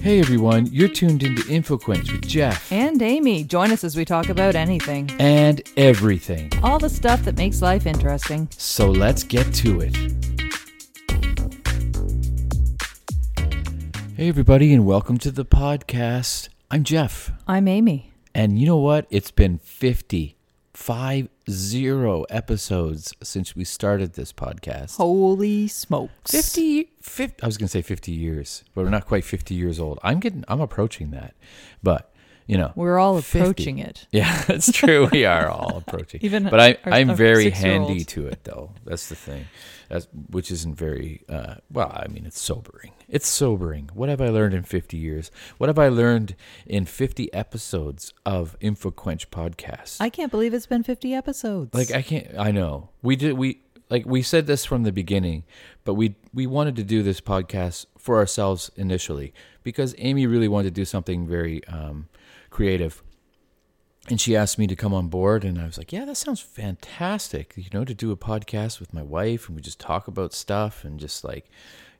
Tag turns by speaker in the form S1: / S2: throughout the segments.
S1: Hey everyone, you're tuned into InfoQuench with Jeff
S2: And Amy, join us as we talk about anything.
S1: and everything.
S2: All the stuff that makes life interesting.
S1: So let's get to it. Hey everybody, and welcome to the podcast. I'm Jeff,
S2: I'm Amy.
S1: and you know what? It's been 50, 50 episodes since we started this podcast.
S2: Holy smokes.
S1: 50, 50 I was going to say 50 years, but we're not quite 50 years old. I'm getting I'm approaching that. But, you know,
S2: We're all
S1: 50.
S2: approaching it.
S1: Yeah, that's true. We are all approaching.
S2: Even
S1: but I,
S2: our-
S1: I'm
S2: our
S1: very
S2: six-year-old.
S1: handy to it, though. That's the thing. That's which isn't very. Uh, well, I mean, it's sobering. It's sobering. What have I learned in 50 years? What have I learned in 50 episodes of InfoQuench podcast?
S2: I can't believe it's been 50 episodes.
S1: like I can't. I know we did. We like we said this from the beginning, but we we wanted to do this podcast for ourselves initially because Amy really wanted to do something very um, creative and she asked me to come on board and i was like yeah that sounds fantastic you know to do a podcast with my wife and we just talk about stuff and just like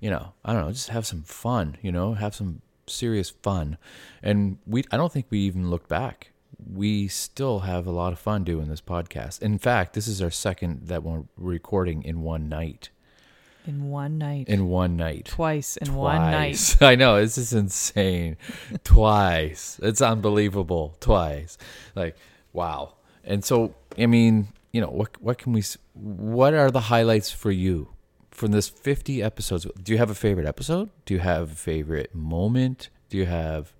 S1: you know i don't know just have some fun you know have some serious fun and we i don't think we even looked back we still have a lot of fun doing this podcast in fact this is our second that we're recording in one night
S2: in one night.
S1: in one night
S2: twice in one night.
S1: Twice. I know this is insane. Twice, it's unbelievable. Twice, like wow. And so, I mean, you know, what what can we? s- What are the highlights for you from this fifty episodes? Do you have a favorite episode? Do you have a favorite moment? Do you have?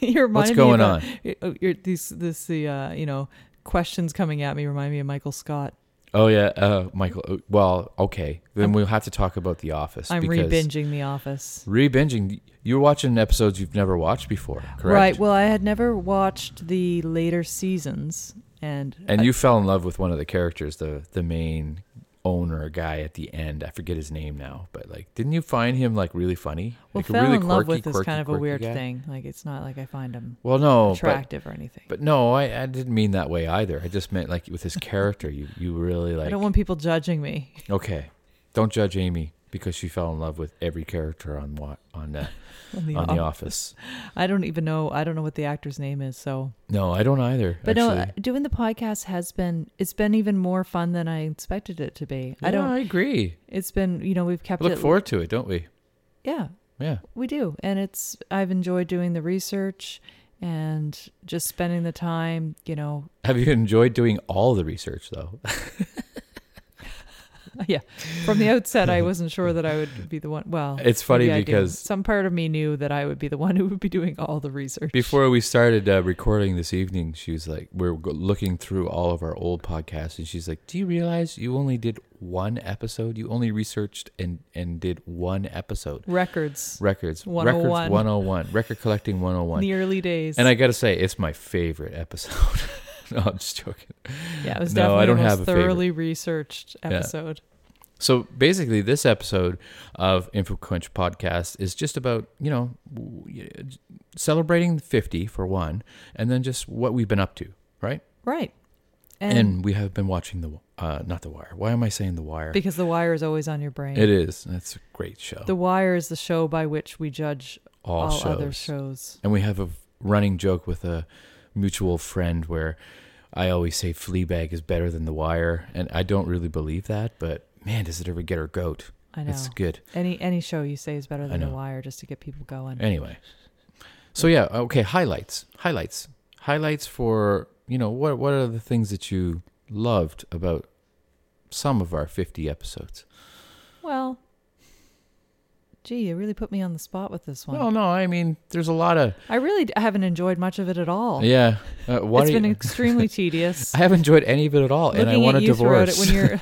S2: you reminded
S1: going
S2: me of a- uh, you're- these, this, the, uh, you know, questions coming at me remind me of Michael Scott.
S1: Oh yeah, uh, Michael. uh, Well, okay, then we'll have to talk about The Office.
S2: I'm
S1: because
S2: re-binging The Office.
S1: Rebinging. You're watching episodes you've never watched before, correct?
S2: Right. Well, I had never watched the later seasons. And,
S1: And you fell in love with one of the characters, the the main owner guy at the end. I forget his name now, but like, didn't you find him like really funny?
S2: well,
S1: like, a
S2: fell
S1: really
S2: in love
S1: quirky,
S2: with is
S1: quirky,
S2: kind of a
S1: quirky
S2: weird
S1: guy?
S2: thing. Like, it's not like I find him
S1: Well, no, but,
S2: attractive or anything.
S1: but no, I, I didn't mean that way either. I just meant like with his character, you you really
S2: I
S1: like.
S2: don't want people judging me.
S1: okay, don't judge Amy because she fell in love with every character on what on uh,
S2: on the
S1: on the
S2: off-
S1: Office.
S2: I don't even know. I don't know what the actor's name is. So,
S1: No, I don't either.
S2: but
S1: actually.
S2: no, uh, doing the podcast has been. It's been even more fun than I expected it to be. I
S1: Yeah,
S2: don't.
S1: I agree.
S2: It's been. You know, we've kept
S1: Look
S2: it.
S1: forward to it, don't we?
S2: yeah,
S1: Yeah.
S2: we do, and it's. I've enjoyed doing the research and just spending the time. You know,
S1: Have you enjoyed doing all the research though?
S2: Oh, yeah. From the outset, I wasn't sure that I would be the one. Well,
S1: It's funny
S2: maybe I do.
S1: because
S2: some part of me knew that I would be the one who would be doing all the research
S1: Before we started uh, recording this evening, she was like, "We're go- looking through all of our old podcasts," and she's like, "Do you realize you only did one episode? You only researched and and did one episode.
S2: records
S1: Records,
S2: 101.
S1: records, one hundred and one, record collecting one hundred and
S2: in
S1: one.
S2: the early days.
S1: And I gotta say, it's my favorite episode. no, I'm just joking.
S2: Yeah, it was
S1: No,
S2: definitely
S1: I don't
S2: the most
S1: have a favorite.
S2: thoroughly researched episode.
S1: So basically, this episode of InfoQuench podcast is just about you know w- celebrating fifty for one, and then just what we've been up to, right?
S2: Right. And,
S1: and, we have been watching the uh not the wire why am i saying the wire
S2: because The Wire is always on your brain.
S1: it is that's a great show
S2: The Wire is the show by which we judge
S1: all,
S2: all,
S1: shows
S2: other shows.
S1: and we have a running joke with a mutual friend where i always say fleabag is better than the wire and i don't really believe that but man does it ever get her goat
S2: I know.
S1: it's good
S2: any any show you say is better than The
S1: know.
S2: Wire just to get people going.
S1: anyway so yeah okay highlights highlights highlights for you know what what are the things that you loved about some of our 50 episodes
S2: well, gee, you really put me on the spot with this one.
S1: well no i mean there's a lot of
S2: I really d- haven't enjoyed much of it at all.
S1: Yeah. Uh, why
S2: it's
S1: do you-
S2: been extremely tedious.
S1: I haven't enjoyed any of it at all, and I
S2: Looking
S1: want a
S2: at you throughout
S1: divorce.
S2: It when you're,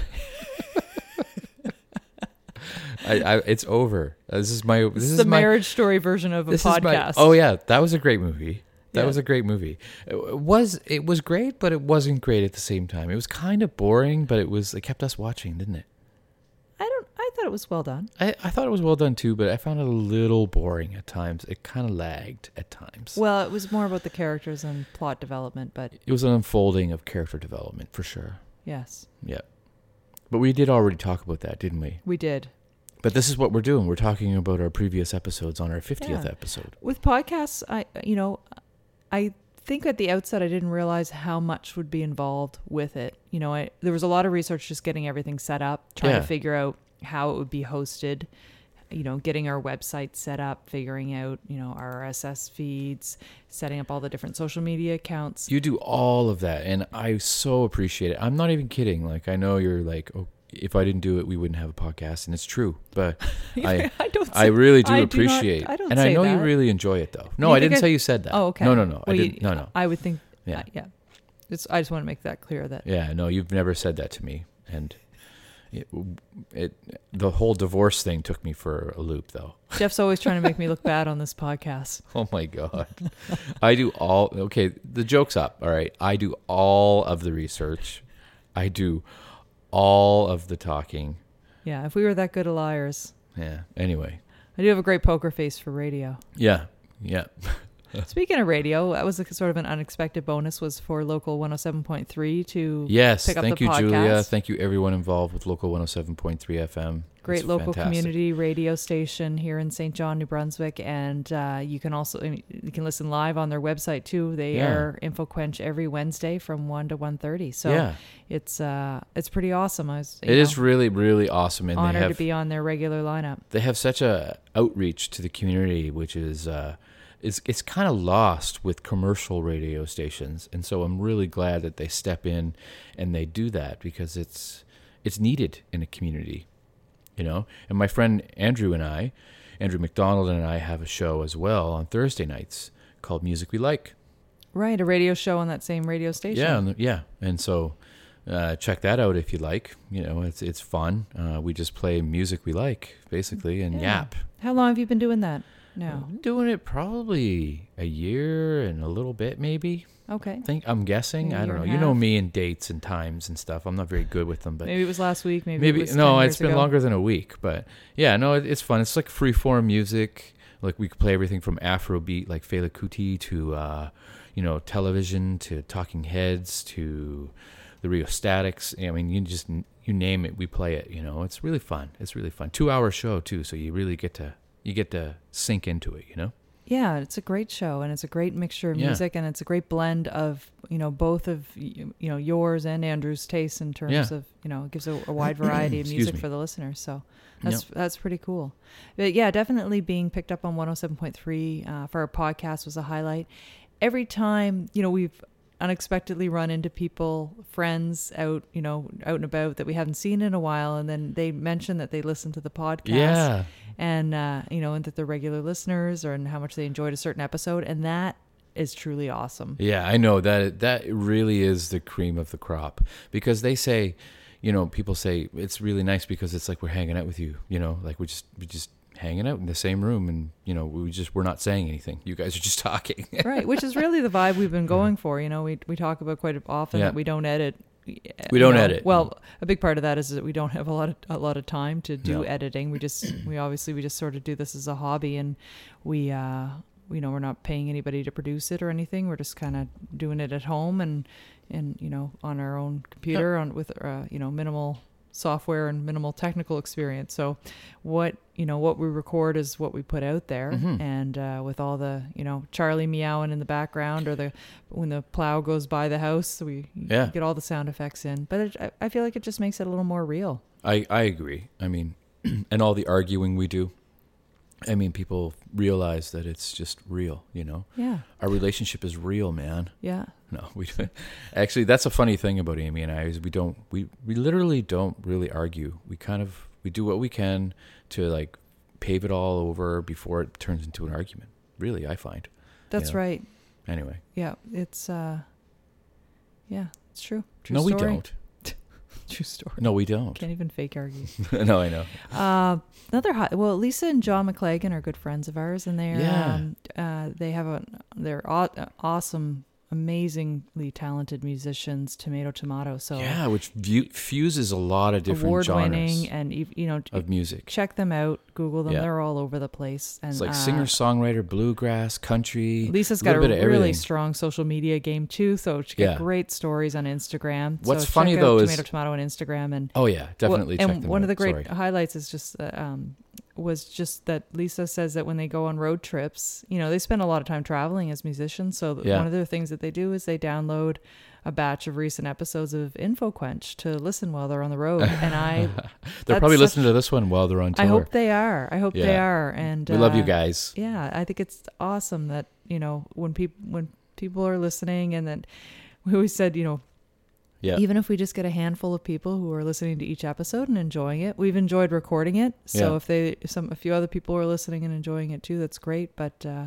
S1: I, I, it's over. Uh, This is my. This,
S2: this is
S1: is
S2: the
S1: my.
S2: marriage story version of a
S1: this is
S2: podcast.
S1: my. Oh yeah, that was a great movie. That
S2: Yeah.
S1: was a great movie. It it was it was great, but it wasn't great at the same time. It was kind of boring, but it was it kept us watching, didn't it?
S2: I don't. I thought it was well done.
S1: I, I thought it was well done too, but I found it a little boring at times. It kind of lagged at times.
S2: Well, it was more about the characters and plot development, but
S1: it was an unfolding of character development for sure.
S2: yes,
S1: Yeah, but we did already talk about that, didn't we?
S2: we did.
S1: But this is what we're doing. We're talking about our previous episodes on our 50th
S2: Yeah.
S1: episode.
S2: With podcasts, I you know, I think at the outset I didn't realize how much would be involved with it. You know, I, there was a lot of research just getting everything set up, trying
S1: Yeah.
S2: to figure out how it would be hosted. You know, getting our website set up, figuring out you know RSS feeds, setting up all the different social media accounts.
S1: You do all of that, and I so appreciate it. I'm not even kidding. Like, I know you're like, oh, if I didn't do it, we wouldn't have a podcast, and it's true. But I,
S2: I don't.
S1: I
S2: say-
S1: really do
S2: I do not-
S1: appreciate.
S2: I don't
S1: and I
S2: say
S1: know you
S2: that.
S1: really enjoy it, though. No,
S2: You
S1: I
S2: think
S1: didn't
S2: I-
S1: say you said that.
S2: Oh, okay.
S1: No, no, no. I
S2: Well, you-
S1: didn't. No, no.
S2: I would think. uh,
S1: Yeah.
S2: Yeah. yeah. It's. I just want to make that clear that
S1: Yeah, no, you've never said that to me, and it, it the whole divorce thing took me for a loop, though.
S2: Jeff's always trying to make me look bad on this podcast.
S1: Oh my god, I do all okay. The joke's up. All right, I do all of the research. I do all of the talking.
S2: Yeah. If we were that good of liars,
S1: Yeah. Anyway.
S2: I do have a great poker face for radio.
S1: Yeah. Yeah.
S2: Speaking of radio, that was a, sort of an unexpected bonus was for local 107.3 to
S1: Yes.
S2: pick up
S1: Thank
S2: the
S1: you,
S2: podcast.
S1: Julia. Thank you, everyone involved with Local 107.3 FM.
S2: great
S1: It's
S2: local
S1: fantastic.
S2: community radio station here in St. John, New Brunswick, and uh, you can also I mean, you can listen live on their website too. They
S1: Yeah.
S2: air InfoQuench every Wednesday from one to 1.30. So
S1: Yeah.
S2: it's uh it's pretty awesome. I was
S1: It is really, really awesome, and
S2: honored
S1: they have
S2: to be on their regular lineup.
S1: they have such a outreach to the community, which is uh, it's it's kind of lost with commercial radio stations, and so I'm really glad that they step in and they do that because it's it's needed in a community, you know. And my friend Andrew and I, Andrew McDonald and I, have a show as well on Thursday nights called Music We Like.
S2: Right, a radio show on that same radio station.
S1: Yeah, and- yeah, and so uh, check that out if you like. You know, it's it's fun. Uh, we just play music we like basically and
S2: Yeah.
S1: yap.
S2: How long have you been doing that? No.
S1: I'm doing it probably a year and a little bit, maybe.
S2: Okay.
S1: I think I'm guessing.
S2: Maybe
S1: I
S2: a
S1: don't
S2: year
S1: know.
S2: and a
S1: You know
S2: half.
S1: me and dates and times and stuff. I'm not very good with them, but maybe,
S2: Maybe it was last week. Maybe, it was
S1: no,
S2: 10
S1: it's
S2: years
S1: been
S2: ago.
S1: longer than a week. But yeah, no, it, it's fun. It's like free form music. Like we could play everything from Afrobeat, like Fela Kuti, to uh, you know television, to Talking Heads, to the Rio Statics. I mean, you just you name it, we play it. You know, it's really fun. It's really fun. Two hour show too, so you really get to you get to sink into it. You know.
S2: Yeah, it's a great show, and it's a great mixture of
S1: Yeah.
S2: music, and it's a great blend of you know both of y- you know yours and Andrew's tastes in terms
S1: Yeah.
S2: of you know it gives a, a wide variety of
S1: Excuse
S2: music
S1: me.
S2: for the listeners. So that's that's pretty cool. But yeah, definitely being picked up on 107.3 uh, for our podcast was a highlight. Every time you know we've unexpectedly run into people, friends out you know out and about that we haven't seen in a while, and then they mention that they listen to the podcast
S1: Yeah.
S2: and uh, you know, and that they're regular listeners or and how much they enjoyed a certain episode, and that is truly awesome.
S1: Yeah, I know that that really is the cream of the crop because they say, you know, people say it's really nice because it's like we're hanging out with you, you know, like we're just we just hanging out in the same room and you know we just we're not saying anything. You guys are just talking.
S2: right, which is really the vibe we've been going for. You know, we we talk about quite often
S1: Yeah.
S2: that we don't edit.
S1: We
S2: you
S1: don't
S2: know.
S1: edit.
S2: Well, a big part of that is that we don't have a lot of a lot of time to do
S1: No.
S2: editing. We just we obviously we just sort of do this as a hobby, and we uh you know we're not paying anybody to produce it or anything. We're just kind of doing it at home and and you know on our own computer on with uh, you know minimal software and minimal technical experience. So what you know what we record is what we put out there and uh, with all the you know charlie meowing in the background or the when the plow goes by the house we
S1: Yeah.
S2: get all the sound effects in but it, I, I feel like it just makes it a little more real
S1: I I agree. I mean, and all the arguing we do. I mean, people realize that it's just real, you know.
S2: yeah
S1: Our relationship is real, man.
S2: yeah
S1: No, we don't. actually that's a funny thing about Amy and I is we don't we we literally don't really argue. We kind of we do what we can to like pave it all over before it turns into an argument. Really, I find.
S2: that's
S1: Yeah.
S2: right
S1: Anyway,
S2: yeah it's uh yeah it's true true
S1: no,
S2: story.
S1: we don't.
S2: true story
S1: No, we don't.
S2: can't even fake argue
S1: no, I know.
S2: Uh, another hot. Well, Lisa and John McLagan are good friends of ours, and they're
S1: Yeah.
S2: um, uh, they have a they're aw- awesome amazingly talented musicians, tomato tomato. So
S1: yeah, which view, fuses a lot of different
S2: award winning
S1: genres
S2: and ev- you know t-
S1: of music.
S2: check them out, Google them.
S1: Yeah.
S2: They're all over the place. And
S1: It's like
S2: uh,
S1: singer songwriter, bluegrass, country.
S2: Lisa's got a
S1: little bit of
S2: really
S1: everything.
S2: strong social media game too, so she got
S1: Yeah.
S2: great stories on Instagram.
S1: What's
S2: so
S1: funny,
S2: check
S1: though,
S2: out
S1: is-
S2: tomato tomato on Instagram and
S1: Oh yeah,
S2: Well,
S1: definitely. check
S2: and
S1: them
S2: one
S1: out.
S2: of the great
S1: Sorry.
S2: highlights is just uh, um, was just that Lisa says that when they go on road trips, you know, they spend a lot of time traveling as musicians. So th-
S1: Yeah.
S2: one of the things that they do is they download a batch of recent episodes of InfoQuench to listen while they're on the road. And I,
S1: They're
S2: that's
S1: probably
S2: such-
S1: listening to this one while they're on tour.
S2: I hope they are. I hope they
S1: Yeah.
S2: are. And
S1: we love you
S2: uh,
S1: guys.
S2: yeah, I think it's awesome that you know when people when people are listening, and then we always said you know
S1: Yeah.
S2: even if we just get a handful of people who are listening to each episode and enjoying it, we've enjoyed recording it. So
S1: Yeah.
S2: if they some a few other people are listening and enjoying it too, that's great. But uh,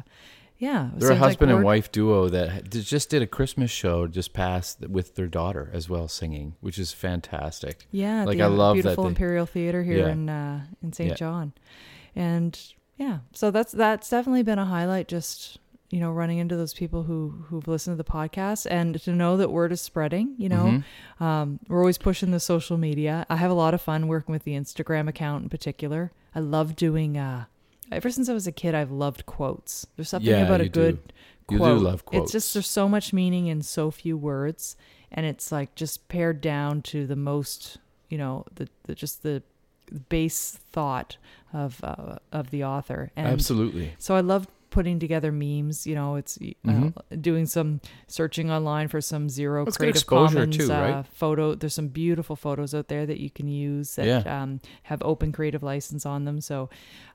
S2: yeah, it
S1: They're a
S2: seems like
S1: husband and
S2: we're-
S1: wife duo that ha- d- just did a Christmas show just past th- with their daughter as well singing, which is fantastic.
S2: Yeah, at
S1: Like,
S2: the
S1: I
S2: uh,
S1: love that
S2: beautiful
S1: they-
S2: Imperial Theater here
S1: Yeah.
S2: in uh, in St.
S1: Yeah.
S2: John, and yeah, so that's that's definitely been a highlight. Just you know, running into those people who who've listened to the podcast and to know that word is spreading. You
S1: Mm-hmm.
S2: know, um, we're always pushing the social media. I have a lot of fun working with the Instagram account in particular. I love doing. Uh, ever since I was a kid, I've loved quotes. There's something
S1: Yeah,
S2: about a
S1: you do.
S2: good
S1: You do
S2: quote.
S1: love
S2: It's just
S1: quotes.
S2: there's so much meaning in so few words, and it's like just pared down to the most, you know, the, the just the base thought of uh, of the author. And
S1: Absolutely.
S2: so I love putting together memes. You know, it's uh,
S1: Mhm.
S2: doing some searching online for some zero
S1: That's good
S2: creative
S1: exposure
S2: commons
S1: too,
S2: uh,
S1: right?
S2: photo. There's some beautiful photos out there that you can use that
S1: Yeah.
S2: um, have open creative license on them. So,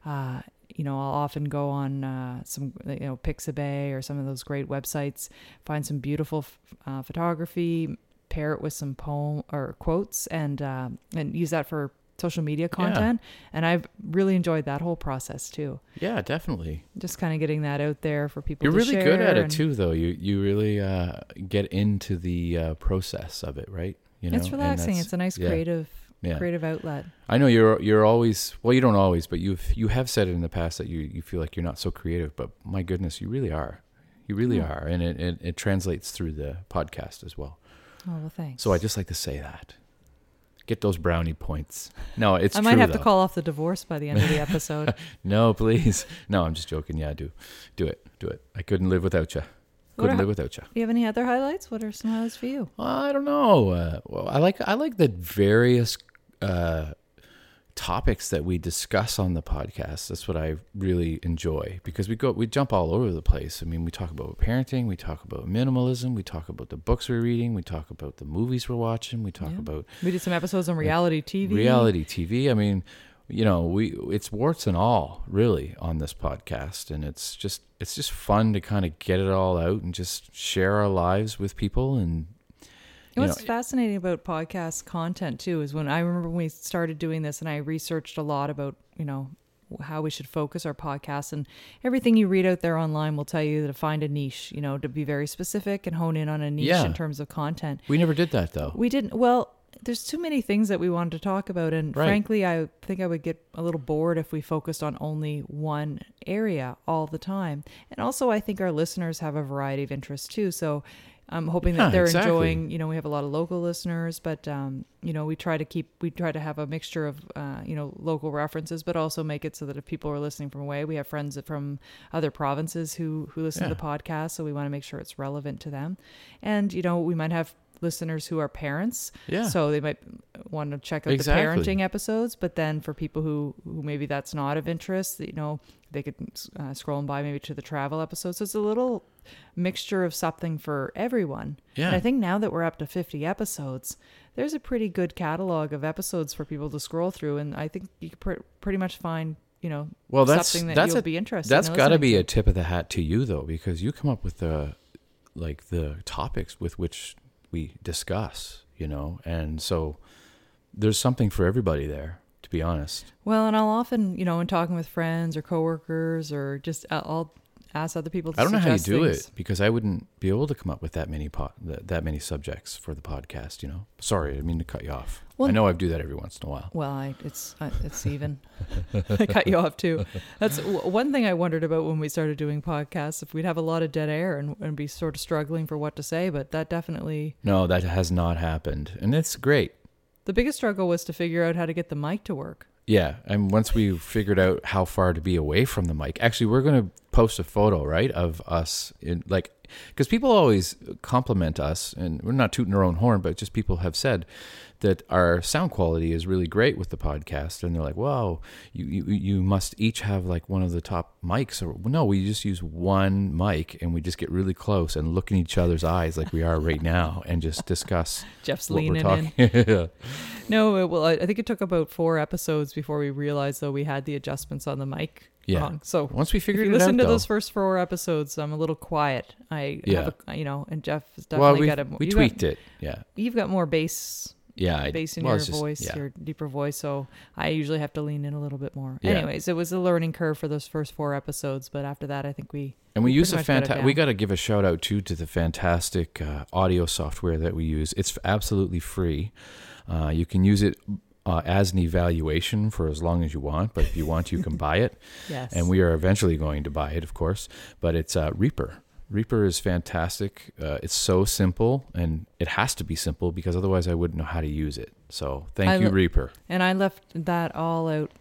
S2: uh, you know, I'll often go on uh, some you know Pixabay or some of those great websites, find some beautiful f- uh, photography, pair it with some poem or quotes, and um and use that for social media content. And I've really enjoyed that whole process too
S1: Yeah, definitely.
S2: just kind of getting that out there for people
S1: You're
S2: to
S1: really
S2: share
S1: good at it
S2: and
S1: too, though. You you really uh, get into the uh, process of it, right? You
S2: it's
S1: And
S2: relaxing
S1: that's-
S2: it's a nice
S1: yeah.
S2: creative
S1: Yeah.
S2: creative outlet
S1: I know you're you're always well. You don't always, but you've you have said it in the past that you you feel like you're not so creative. But my goodness, you really are. You really
S2: Oh.
S1: are, and it, it it translates through the podcast as well.
S2: oh well thanks
S1: So I just like to say that. Get those brownie points. No, it's
S2: i might
S1: true,
S2: have to
S1: though.
S2: call off the divorce by the end of the episode
S1: No, please. No, I'm just joking. Yeah, do, do it, do it. I couldn't live without you.
S2: What
S1: Couldn't
S2: are-
S1: live without you.
S2: you have any other highlights what are some highlights for you
S1: I don't know. Uh, well, I like I like the various uh, topics that we discuss on the podcast. That's what I really enjoy because we go we jump all over the place. I mean, we talk about parenting, we talk about minimalism, we talk about the books we're reading, we talk about the movies we're watching, we talk
S2: Yeah.
S1: about
S2: we did some episodes on reality tv
S1: reality TV. I mean, you know, we it's warts and all really on this podcast, and it's just it's just fun to kind of get it all out and just share our lives with people. And
S2: And
S1: you
S2: what's
S1: know-
S2: fascinating about podcast content too is when I remember when we started doing this and I researched a lot about, you know, how we should focus our podcast and everything you read out there online will tell you to find a niche, you know, to be very specific and hone in on a niche
S1: Yeah.
S2: in terms of content.
S1: we never did that though.
S2: We didn't well, there's too many things that we wanted to talk about and
S1: Right.
S2: frankly I think I would get a little bored if we focused on only one area all the time. And also I think our listeners have a variety of interests too. So I'm hoping
S1: Yeah,
S2: that they're
S1: exactly.
S2: enjoying you know we have a lot of local listeners but um, you know we try to keep we try to have a mixture of uh, you know local references but also make it so that if people are listening from away we have friends from other provinces who who listen to the podcast so we want to make sure it's relevant to them and you know we might have listeners who are parents
S1: Yeah.
S2: so they might want to check out
S1: Exactly.
S2: the parenting episodes but then for people who who maybe that's not of interest you know they could uh, scroll and by maybe to the travel episode so it's a little mixture of something for everyone.
S1: Yeah.
S2: And I think now that we're up to 50 episodes, there's a pretty good catalog of episodes for people to scroll through. And I think you can pr- pretty much find, you know,
S1: Well, that's
S2: something that
S1: that's
S2: you'll
S1: a,
S2: be interested
S1: That's
S2: in.
S1: got to
S2: listening
S1: be a tip of the hat to you though, because you come up with the like the topics with which we discuss, you know, and so there's something for everybody there. To be honest,
S2: Well, and I'll often, you know, when talking with friends or coworkers or just, uh, I'll ask other people. To
S1: I don't know how you
S2: suggest
S1: do
S2: things.
S1: it because I wouldn't be able to come up with that many po- that, that many subjects for the podcast. You know, sorry, I didn't mean to cut you off.
S2: Well-
S1: I know I do that every once in a while.
S2: Well, I, it's I, it's even. I cut you off too. That's w- one thing I wondered about when we started doing podcasts. If we'd have a lot of dead air and, and be sort of struggling for what to say, but that definitely
S1: No, that has not happened, and it's great.
S2: the biggest struggle was to figure out how to get the mic to work.
S1: Yeah, and once we figured out how far to be away from the mic, actually, we're going to post a photo, right, of us in like, because people always compliment us, and we're not tooting our own horn, but just people have said that our sound quality is really great with the podcast, and they're like, "Wow, you you, you must each have like one of the top mics." Or no, we just use one mic, and we just get really close and look in each other's eyes like we are right now, and just discuss
S2: Jeff's
S1: what we're
S2: leaning in.
S1: talking. Yeah.
S2: No, it- well, I I think it took about four episodes before we realized though we had the adjustments on the mic
S1: Yeah.
S2: wrong. So
S1: Once we
S2: if
S1: figured
S2: you
S1: it out,
S2: listen to
S1: though,
S2: those first four episodes, I'm a little quiet. I
S1: Yeah.
S2: have a, you know, and Jeff has
S1: well,
S2: definitely
S1: we
S2: got a
S1: we
S2: you
S1: tweaked
S2: got,
S1: it. Yeah.
S2: You've got more bass
S1: Yeah, I,
S2: bass in
S1: well,
S2: your
S1: it's just-
S2: voice,
S1: yeah.
S2: your deeper voice. So I usually have to lean in a little bit more.
S1: Yeah.
S2: Anyways, it was a learning curve for those first four episodes, but after that, I think we
S1: and we use a
S2: pretty much got it
S1: fantastic. We
S2: down.
S1: got to give a shout out too to the fantastic uh, audio software that we use. It's absolutely free. Uh, you can use it uh, as an evaluation for as long as you want, but if you want, you can buy it.
S2: yes,
S1: And we are eventually going to buy it, of course. But it's uh, Reaper. Reaper is fantastic. Uh, it's so simple, and it has to be simple because otherwise I wouldn't know how to use it. So thank
S2: I
S1: you,
S2: lo-
S1: Reaper.
S2: and I left that all out,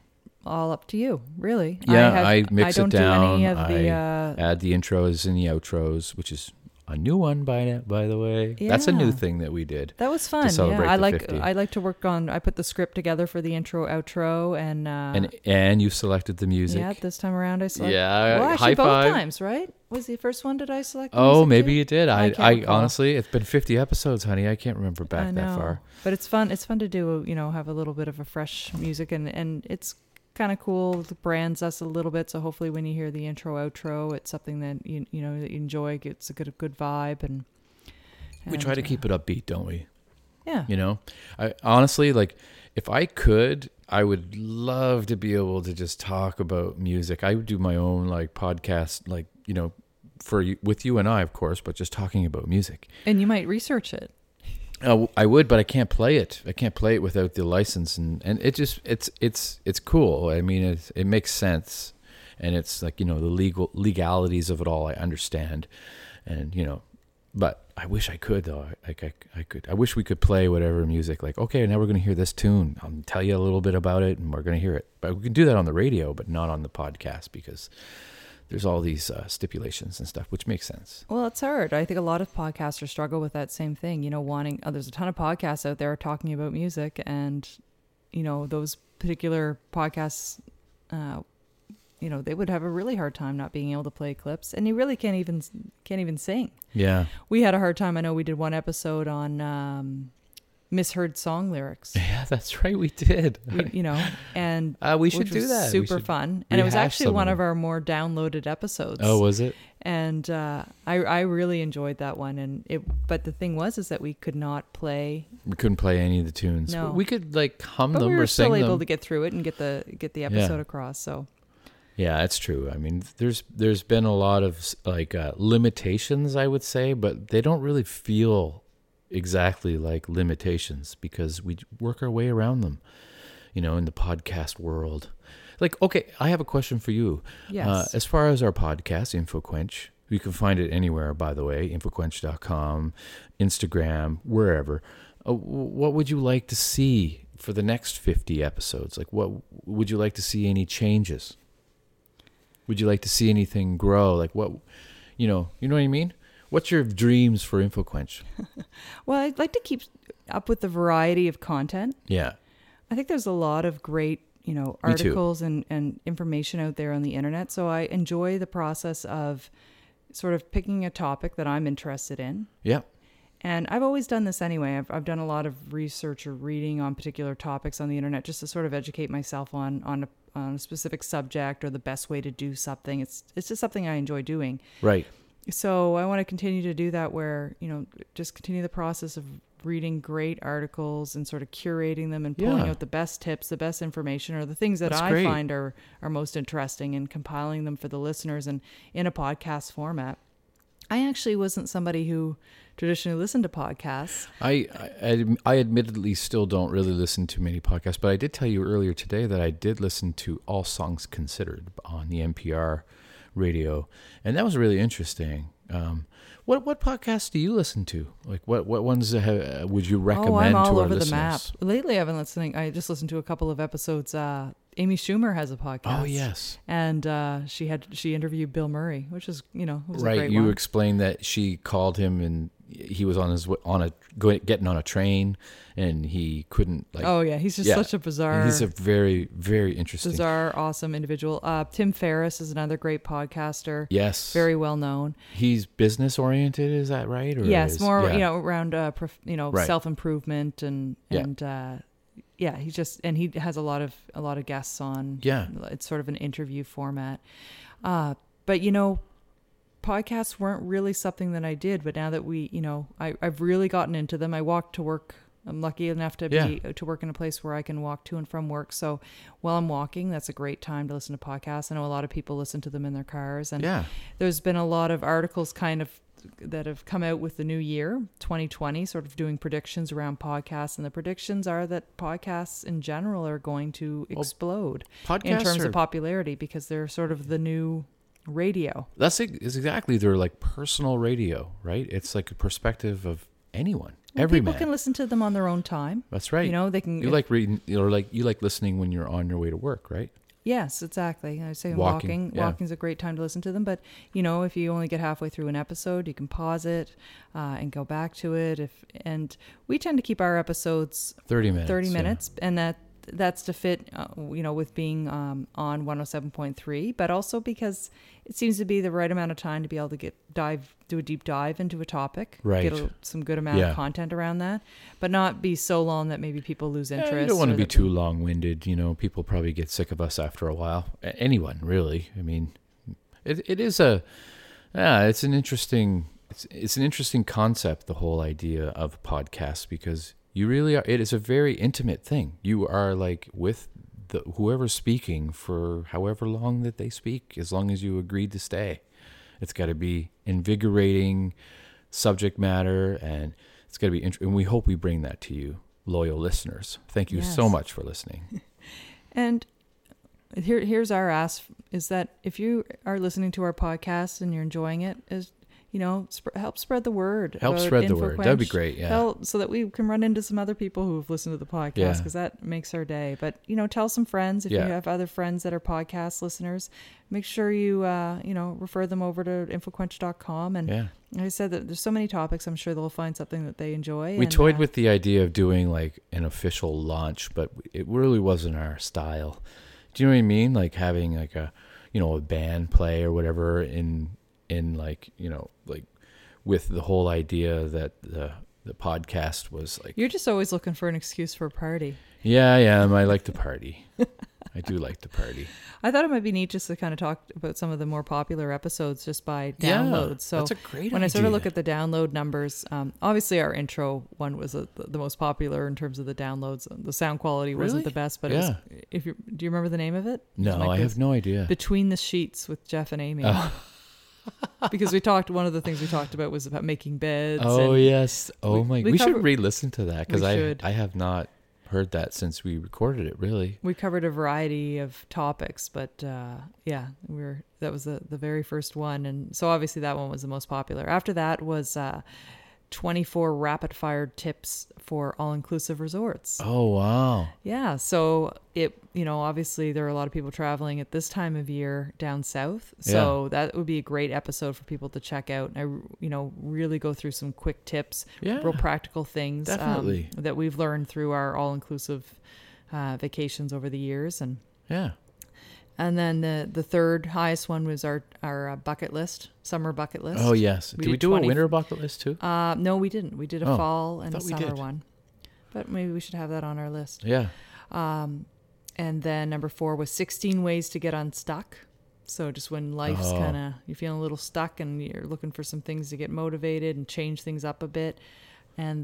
S2: all up to you, really.
S1: Yeah,
S2: I, have,
S1: I mix it
S2: don't do any
S1: down.
S2: of the. uh,
S1: add the intros and the outros, which is a new one by now, by the way. That's a new
S2: Yeah.
S1: thing that we did.
S2: that was fun. Yeah,
S1: celebrate
S2: I
S1: the
S2: like
S1: 50.
S2: I like to work on. I put the script together for the intro, outro, and uh,
S1: And and you selected the music.
S2: yeah, this time around I selected.
S1: Yeah,
S2: well,
S1: high
S2: actually, both
S1: five.
S2: times, right? Was the first one did I select?
S1: Oh,
S2: music too?
S1: maybe you did.
S2: I
S1: I,
S2: can't
S1: I,
S2: recall.
S1: honestly, it's been 50 episodes, honey. I can't remember back that far.
S2: But it's fun. It's fun to do. You know, have a little bit of a fresh music, and and it's kind of cool. It brands us a little bit. So hopefully, when you hear the intro outro, it's something that you you know that you enjoy. It's a good good vibe, and,
S1: We try
S2: and,
S1: to
S2: uh,
S1: keep it upbeat, don't we?
S2: yeah.
S1: You know, I honestly like if I could, I would love to be able to just talk about music. I would do my own like podcast, like you know, for you, with you and I, of course, but just talking about music.
S2: And you might research it.
S1: Uh, w- I would, but I can't play it. I can't play it without the license, and, and it just it's it's it's cool. I mean, it it makes sense, and it's like you know the legal legalities of it all. I understand, and you know, but I wish I could though. I- Like I, I could. I wish we could play whatever music. Like okay, now we're gonna hear this tune. I'll tell you a little bit about it, and we're gonna hear it. But we can do that on the radio, but not on the podcast because there's all these uh, stipulations and stuff, which makes sense.
S2: Well, it's hard. I think a lot of podcasters struggle with that same thing. You know, wanting oh, there's a ton of podcasts out there talking about music, and you know those particular podcasts. Uh, you know, they would have a really hard time not being able to play clips, and you really can't even can't even sing.
S1: Yeah.
S2: We had a hard time. I know we did one episode on um, misheard song lyrics.
S1: Yeah, that's right. We did.
S2: We- you know, and
S1: Uh, we should
S2: which
S1: do
S2: was
S1: that. We
S2: Super
S1: should-
S2: fun, and it was
S1: rehash
S2: actually
S1: some of
S2: one of
S1: them.
S2: our more downloaded episodes
S1: Oh, was it?
S2: and uh, I I really enjoyed that one. And it, but the thing was, is that we could not play,
S1: We couldn't play any of the tunes.
S2: No.
S1: We could like hum
S2: but
S1: them
S2: we were
S1: or sing
S2: still able
S1: them.
S2: to get through it and get the get the episode across. So
S1: Yeah, that's true. I mean, there's there's been a lot of s- like uh, limitations, I would say, but they don't really feel exactly like limitations because we work our way around them. You know, in the podcast world. Like, okay, I have a question for you.
S2: yes,
S1: Uh, as far as our podcast, InfoQuench, you can find it anywhere, by the way, infoquench.com, Instagram, wherever. Uh, wh- what would you like to see for the next 50 episodes? Like, what would you like to see any changes? Would you like to see anything grow? Like, what, you know, you know what I mean? What's your dreams for InfoQuench?
S2: well, I'd like to keep up with the variety of content.
S1: Yeah.
S2: I think there's a lot of great you know
S1: Me too.
S2: articles and and information out there on the internet. So I enjoy the process of sort of picking a topic that I'm interested in.
S1: Yeah.
S2: And I've always done this anyway. I've, I've done a lot of research or reading on particular topics on the internet just to sort of educate myself on on a, on a specific subject or the best way to do something. It's it's just something I enjoy doing.
S1: Right.
S2: So I want to continue to do that. Where you know, just continue the process of reading great articles and sort of curating them and pulling
S1: Yeah.
S2: out the best tips, the best information, or the things that
S1: That's
S2: I
S1: great.
S2: find are are most interesting, and compiling them for the listeners and in a podcast format. I actually wasn't somebody who traditionally listened to podcasts.
S1: I, I I admittedly still don't really listen to many podcasts, but I did tell you earlier today that I did listen to All Songs Considered on the NPR radio, and that was really interesting. Um, what what podcasts do you listen to? Like what what ones have, would you recommend
S2: oh, I'm all
S1: to our
S2: over
S1: listeners?
S2: the map. Lately, I've been listening. I just listened to a couple of episodes. Uh, Amy Schumer has a podcast.
S1: Oh yes,
S2: and uh, she had she interviewed Bill Murray, which is you know was a
S1: right.
S2: great
S1: You
S2: one.
S1: explained that she called him and he was on his w- on a going, getting on a train, and he couldn't like.
S2: oh yeah, he's just
S1: yeah.
S2: such a bizarre.
S1: He's a very very interesting.
S2: bizarre, awesome individual. Uh, Tim Ferriss is another great podcaster,
S1: Yes.
S2: very well known.
S1: He's business oriented, is that right? Or
S2: yes,
S1: is-
S2: more
S1: yeah.
S2: you know around uh, prof- you know
S1: Right.
S2: self improvement and
S1: Yeah.
S2: and uh, yeah, he just and he has a lot of a lot of guests on.
S1: Yeah.
S2: it's sort of an interview format. Uh, but you know, podcasts weren't really something that I did. But now that we, you know, I, I've really gotten into them. I walk to work. I'm lucky enough to be uh, to work in a place where I can walk to and from work. So while I'm walking, that's a great time to listen to podcasts. I know a lot of people listen to them in their cars, and
S1: Yeah.
S2: there's been a lot of articles kind of that have come out with the new year 2020 sort of doing predictions around podcasts and the predictions are that podcasts in general are going to explode
S1: Podcasts
S2: in terms
S1: are-
S2: of popularity because they're sort of the new radio
S1: that's ex- is exactly their like personal radio, right? It's like a perspective of anyone,
S2: Well,
S1: every
S2: people
S1: man.
S2: can listen to them on their own time
S1: that's right.
S2: you know they can
S1: you like reading or like you like listening when you're on your way to work, right?
S2: yes exactly i say
S1: Walking,
S2: walking walking
S1: yeah.
S2: walking's a great time to listen to them but you know if you only get halfway through an episode you can pause it uh, and go back to it if and we tend to keep our episodes
S1: 30 minutes.
S2: 30
S1: yeah.
S2: minutes and that that's to fit uh, you know with being um, on 107.3 but also because it seems to be the right amount of time to be able to get dive do a deep dive into a topic
S1: Right.
S2: get a, some good amount
S1: Yeah.
S2: of content around that but not be so long that maybe people lose
S1: Yeah,
S2: interest
S1: you don't want
S2: or
S1: to be
S2: that-
S1: too long winded. You know, people probably get sick of us after a while. A- Anyone, really. I mean, it, it is a, yeah, it's an interesting, it's, it's an interesting concept, the whole idea of a podcast, because you really are, it is a very intimate thing. You are like with the, whoever's speaking for however long that they speak, as long as you agreed to stay. It's got to be invigorating subject matter, and it's got to be. Int- and we hope we bring that to you, loyal listeners. Thank you so
S2: Yes.
S1: much for listening.
S2: and here here's our ask is that if you are listening to our podcast and you're enjoying it is you know sp- help spread the word
S1: Help
S2: about
S1: spread the word. That'd be
S2: InfoQuench.
S1: great. Yeah.
S2: tell so that we can run into some other people who've listened to the podcast
S1: Yeah.
S2: because that makes our day but you know tell some friends if
S1: Yeah.
S2: you have other friends that are podcast listeners make sure you uh, you know refer them over to infoquench.com and
S1: yeah.
S2: like i said that there's so many topics i'm sure they'll find something that they enjoy
S1: We
S2: and,
S1: toyed
S2: uh,
S1: with the idea of doing like an official launch, but it really wasn't our style. Do you know what I mean? Like having like a, you know, a band play or whatever in in like you know like with the whole idea that the the podcast was like
S2: you're just always looking for an excuse for a party
S1: Yeah, I am. I like to party. I do like to party.
S2: i thought it might be neat just to kind of talk about some of the more popular episodes just by download
S1: Yeah,
S2: so
S1: that's a great
S2: when I sort of look
S1: idea.
S2: at the download numbers, um, obviously our intro one was uh the, the most popular in terms of the downloads. The sound quality
S1: Really?
S2: wasn't the best, but it was, if you do you remember the name of it?
S1: No, I have no idea.
S2: Between the sheets with Jeff and Amy.
S1: Oh.
S2: because we talked, one of the things we talked about was about making beds.
S1: Oh
S2: and,
S1: yes. Oh
S2: we-
S1: my. We,
S2: we
S1: should
S2: cover-
S1: re-listen to that because
S2: We
S1: I
S2: should.
S1: I have not heard that since we recorded it. Really.
S2: We covered a variety of topics, but uh, yeah, we were that was the, the very first one, and so obviously that one was the most popular. After that was uh, twenty four rapid fire tips for all inclusive resorts.
S1: Oh wow.
S2: Yeah, so it you know obviously there are a lot of people traveling at this time of year down south, so that would be a great episode for people to check out. And I you know really go through some quick tips,
S1: Yeah.
S2: real practical things um,
S1: Definitely.
S2: that we've learned through our all inclusive uh, vacations over the years, and
S1: Yeah.
S2: and then the the third highest one was our our uh, bucket list, summer bucket list.
S1: Oh yes.
S2: We
S1: did we
S2: did
S1: do
S2: 20
S1: a winter bucket list too?
S2: Uh, no, we didn't. We did a
S1: Oh,
S2: fall and a
S1: thought we
S2: summer
S1: did.
S2: one, but maybe we should have that on our list.
S1: Yeah.
S2: And then number four was 16 ways to get unstuck. So just when life's
S1: Oh.
S2: kind of, you're feeling a little stuck and you're looking for some things to get motivated and change things up a bit. And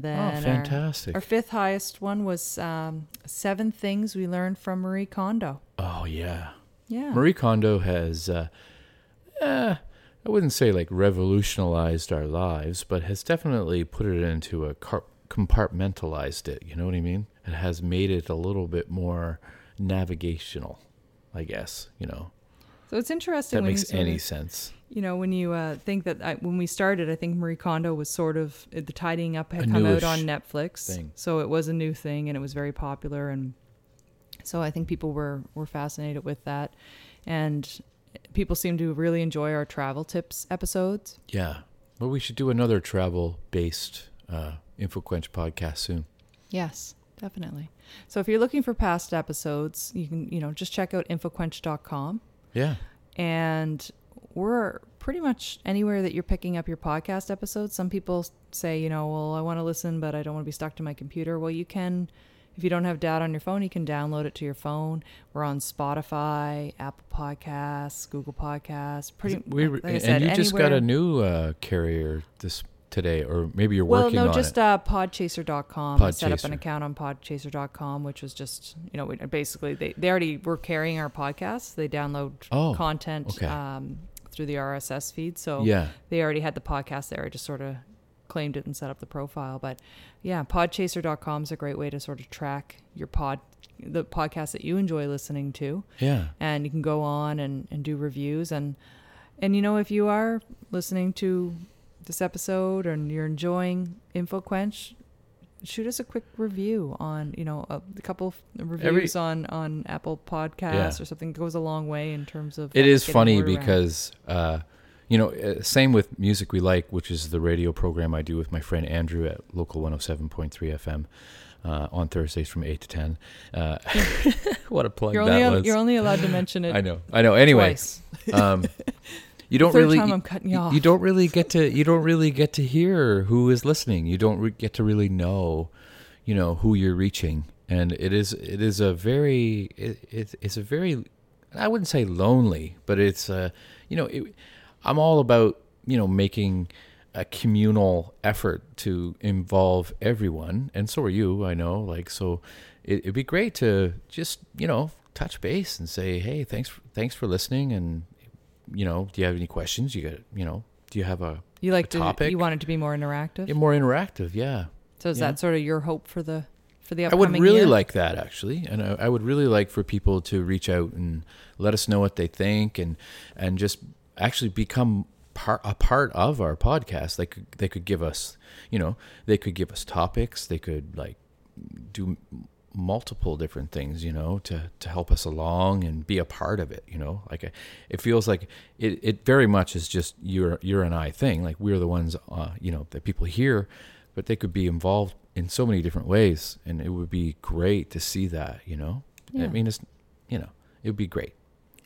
S1: Oh,
S2: then our-
S1: fantastic.
S2: Our fifth highest one was um, seven things we learned from Marie Kondo.
S1: oh, yeah.
S2: Yeah.
S1: Marie Kondo has, uh, eh, I wouldn't say like revolutionized our lives, but has definitely put it into a car- compartmentalized it. You know what I mean? It has made it a little bit more navigational, I guess. You know,
S2: so it's interesting
S1: that
S2: when you
S1: makes
S2: sort
S1: any
S2: of-
S1: sense.
S2: you know when you uh, think that I, when we started, I think Marie Kondo was sort of uh, the tidying up had
S1: A
S2: come out
S1: newish
S2: on Netflix,
S1: thing.
S2: so it was a new thing and it was very popular, and so I think people were were fascinated with that, and people seem to really enjoy our travel tips episodes.
S1: Yeah. Well, we should do another travel based uh, InfoQuench podcast soon.
S2: Yes, definitely. So if you're looking for past episodes, you can you know just check out infoquench.com.
S1: Yeah.
S2: and we're pretty much anywhere that you're picking up your podcast episodes. Some people say, you know, well, I want to listen, but I don't want to be stuck to my computer. Well, you can, if you don't have data on your phone, you can download it to your phone. We're on Spotify, Apple Podcasts, Google Podcasts, pretty.
S1: We
S2: like I
S1: and
S2: said,
S1: you just got
S2: anywhere-
S1: a new uh, carrier this today, or maybe you're
S2: well,
S1: working
S2: no,
S1: on
S2: just
S1: it.
S2: uh, podchaser.com. I set up an
S1: Podchaser.
S2: account on podchaser.com, which was just, you know, we- basically they, they already were carrying our podcasts. They download
S1: Oh,
S2: content
S1: okay.
S2: um, through the RSS feed. So
S1: yeah.
S2: they already had the podcast there. I just sort of claimed it and set up the profile. But yeah, podchaser.com is a great way to sort of track your pod, the podcast that you enjoy listening to.
S1: Yeah.
S2: And you can go on and, and do reviews. And, and you know, if you are listening to this episode and you're enjoying InfoQuench, shoot us a quick review on, you know, a, a couple of reviews on, on Apple Podcasts
S1: Yeah.
S2: or something goes a long way in terms of.
S1: It is
S2: getting
S1: funny
S2: word around.
S1: because, uh, you know, uh, same with Music We Like, which is the radio program I do with my friend Andrew at Local 107.3 FM uh, on Thursdays from 8 to 10. Uh, what a plug
S2: You're
S1: that
S2: only,
S1: was.
S2: you're only allowed to mention it
S1: I know. I know. Anyway,
S2: twice.
S1: um, you don't
S2: Third
S1: really. e
S2: time I'm cutting you
S1: y-
S2: off.
S1: you don't really get to you don't really get to hear who is listening you don't re- get to really know you know who you're reaching and it is it is a very it, it, it's a very i wouldn't say lonely but it's uh you know it, i'm all about you know making a communal effort to involve everyone and so are you i know like so it, it'd be great to just you know touch base and say hey thanks for, thanks for listening and you know, do you have any questions? You got, you know, do you have a
S2: You like
S1: a
S2: to
S1: topic?
S2: you want it to be more interactive.
S1: yeah, more interactive? Yeah,
S2: so is
S1: yeah.
S2: that sort of your hope for the for the
S1: I would
S2: upcoming
S1: really
S2: year?
S1: like that actually, and I, I would really like for people to reach out and let us know what they think, and and just actually become part a part of our podcast. They could they could give us, you know, they could give us topics. They could like do m- multiple different things, you know, to to help us along and be a part of it. You know, like I- it feels like it it very much is just your your and I thing. Like we're the ones, uh, you know, that people hear but they could be involved in so many different ways and it would be great to see that you know
S2: Yeah.
S1: i mean it's you know it would be great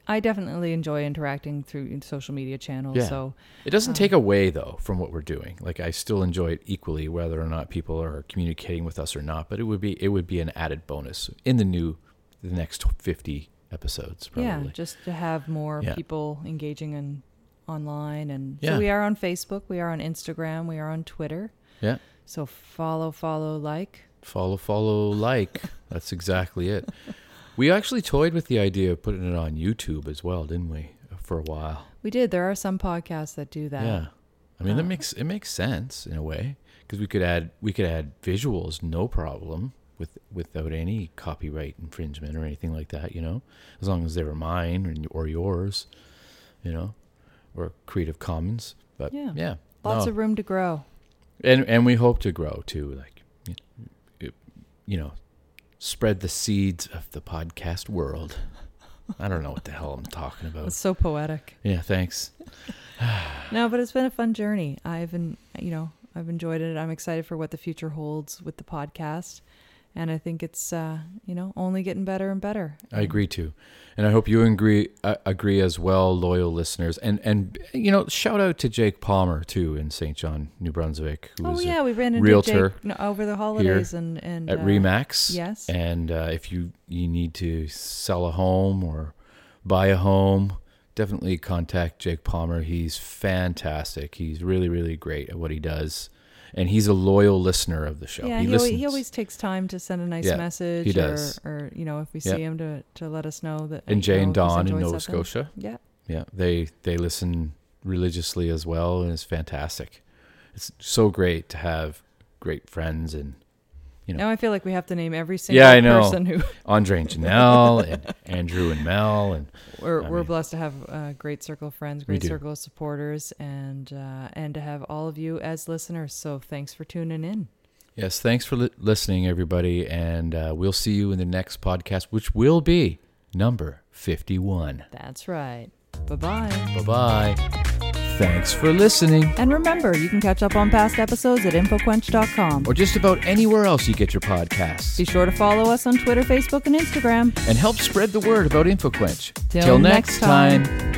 S2: I definitely enjoy interacting through social media channels.
S1: Yeah.
S2: So
S1: it doesn't take away though from what we're doing like i still enjoy it equally whether or not people are communicating with us or not but it would be it would be an added bonus in the new the next 50 episodes
S2: yeah,
S1: probably
S2: just to have more
S1: Yeah.
S2: people engaging in online and
S1: Yeah.
S2: so we are on Facebook, we are on Instagram, we are on Twitter.
S1: yeah.
S2: So follow, follow, like.
S1: Follow, follow, like. That's exactly it. We actually toyed with the idea of putting it on YouTube as well, didn't we? For a while.
S2: We did. There are some podcasts that do that.
S1: Yeah, I mean
S2: Uh,
S1: that makes it makes sense in a way because we could add we could add visuals no problem with without any copyright infringement or anything like that. You know, as long as they were mine and or yours, you know, or Creative Commons. But
S2: Yeah.
S1: yeah,
S2: Lots
S1: no.
S2: of room to grow.
S1: and and we hope to grow too. Like, y- y- you know, spread the seeds of the podcast world. I don't know what the hell I'm talking
S2: It's
S1: about.
S2: so poetic.
S1: Yeah, thanks.
S2: No, but it's been a fun journey. I've en- you know, I've enjoyed it. I'm excited for what the future holds with the podcast. And I think it's uh, you know, only getting better and better.
S1: I agree too, and I hope you agree uh, agree as well, loyal listeners. And and you know, shout out to Jake Palmer too in Saint John, New Brunswick, who
S2: Oh
S1: was
S2: yeah, we ran into
S1: realtor
S2: Jake n- over the holidays and and
S1: at
S2: uh,
S1: Remax.
S2: yes.
S1: And uh, if you you need to sell a home or buy a home, definitely contact Jake Palmer. He's fantastic. He's really really great at what he does, and he's a loyal listener of the show.
S2: Yeah,
S1: he,
S2: he, alwa-
S1: listens.
S2: he always takes time to send a nice
S1: Yeah,
S2: message.
S1: he does.
S2: Or, or you know, if we
S1: Yeah.
S2: see him to to let us know that.
S1: and
S2: you
S1: Jay
S2: know,
S1: and
S2: he's
S1: Don in
S2: enjoyed
S1: Nova
S2: something.
S1: Scotia.
S2: Yeah,
S1: Yeah, they they listen religiously as well, and it's fantastic. It's so great to have great friends and you know
S2: Now I feel like we have to name every single
S1: I know.
S2: person who
S1: Andre and Janelle and Andrew and Mel and
S2: we're,
S1: I
S2: we're
S1: mean-
S2: blessed to have a great circle of friends,
S1: We
S2: great
S1: do.
S2: circle of supporters, and uh, and to have all of you as listeners. So thanks for tuning in.
S1: yes, thanks for li- listening, everybody, and uh, we'll see you in the next podcast, which will be number fifty-one.
S2: That's right. Bye bye.
S1: Bye bye. Thanks for listening,
S2: And remember, you can catch up on past episodes at infoquench.com.
S1: or just about anywhere else you get your podcasts.
S2: Be sure to follow us on Twitter, Facebook, and Instagram.
S1: and help spread the word about InfoQuench.
S2: Till
S1: Till next
S2: next
S1: time.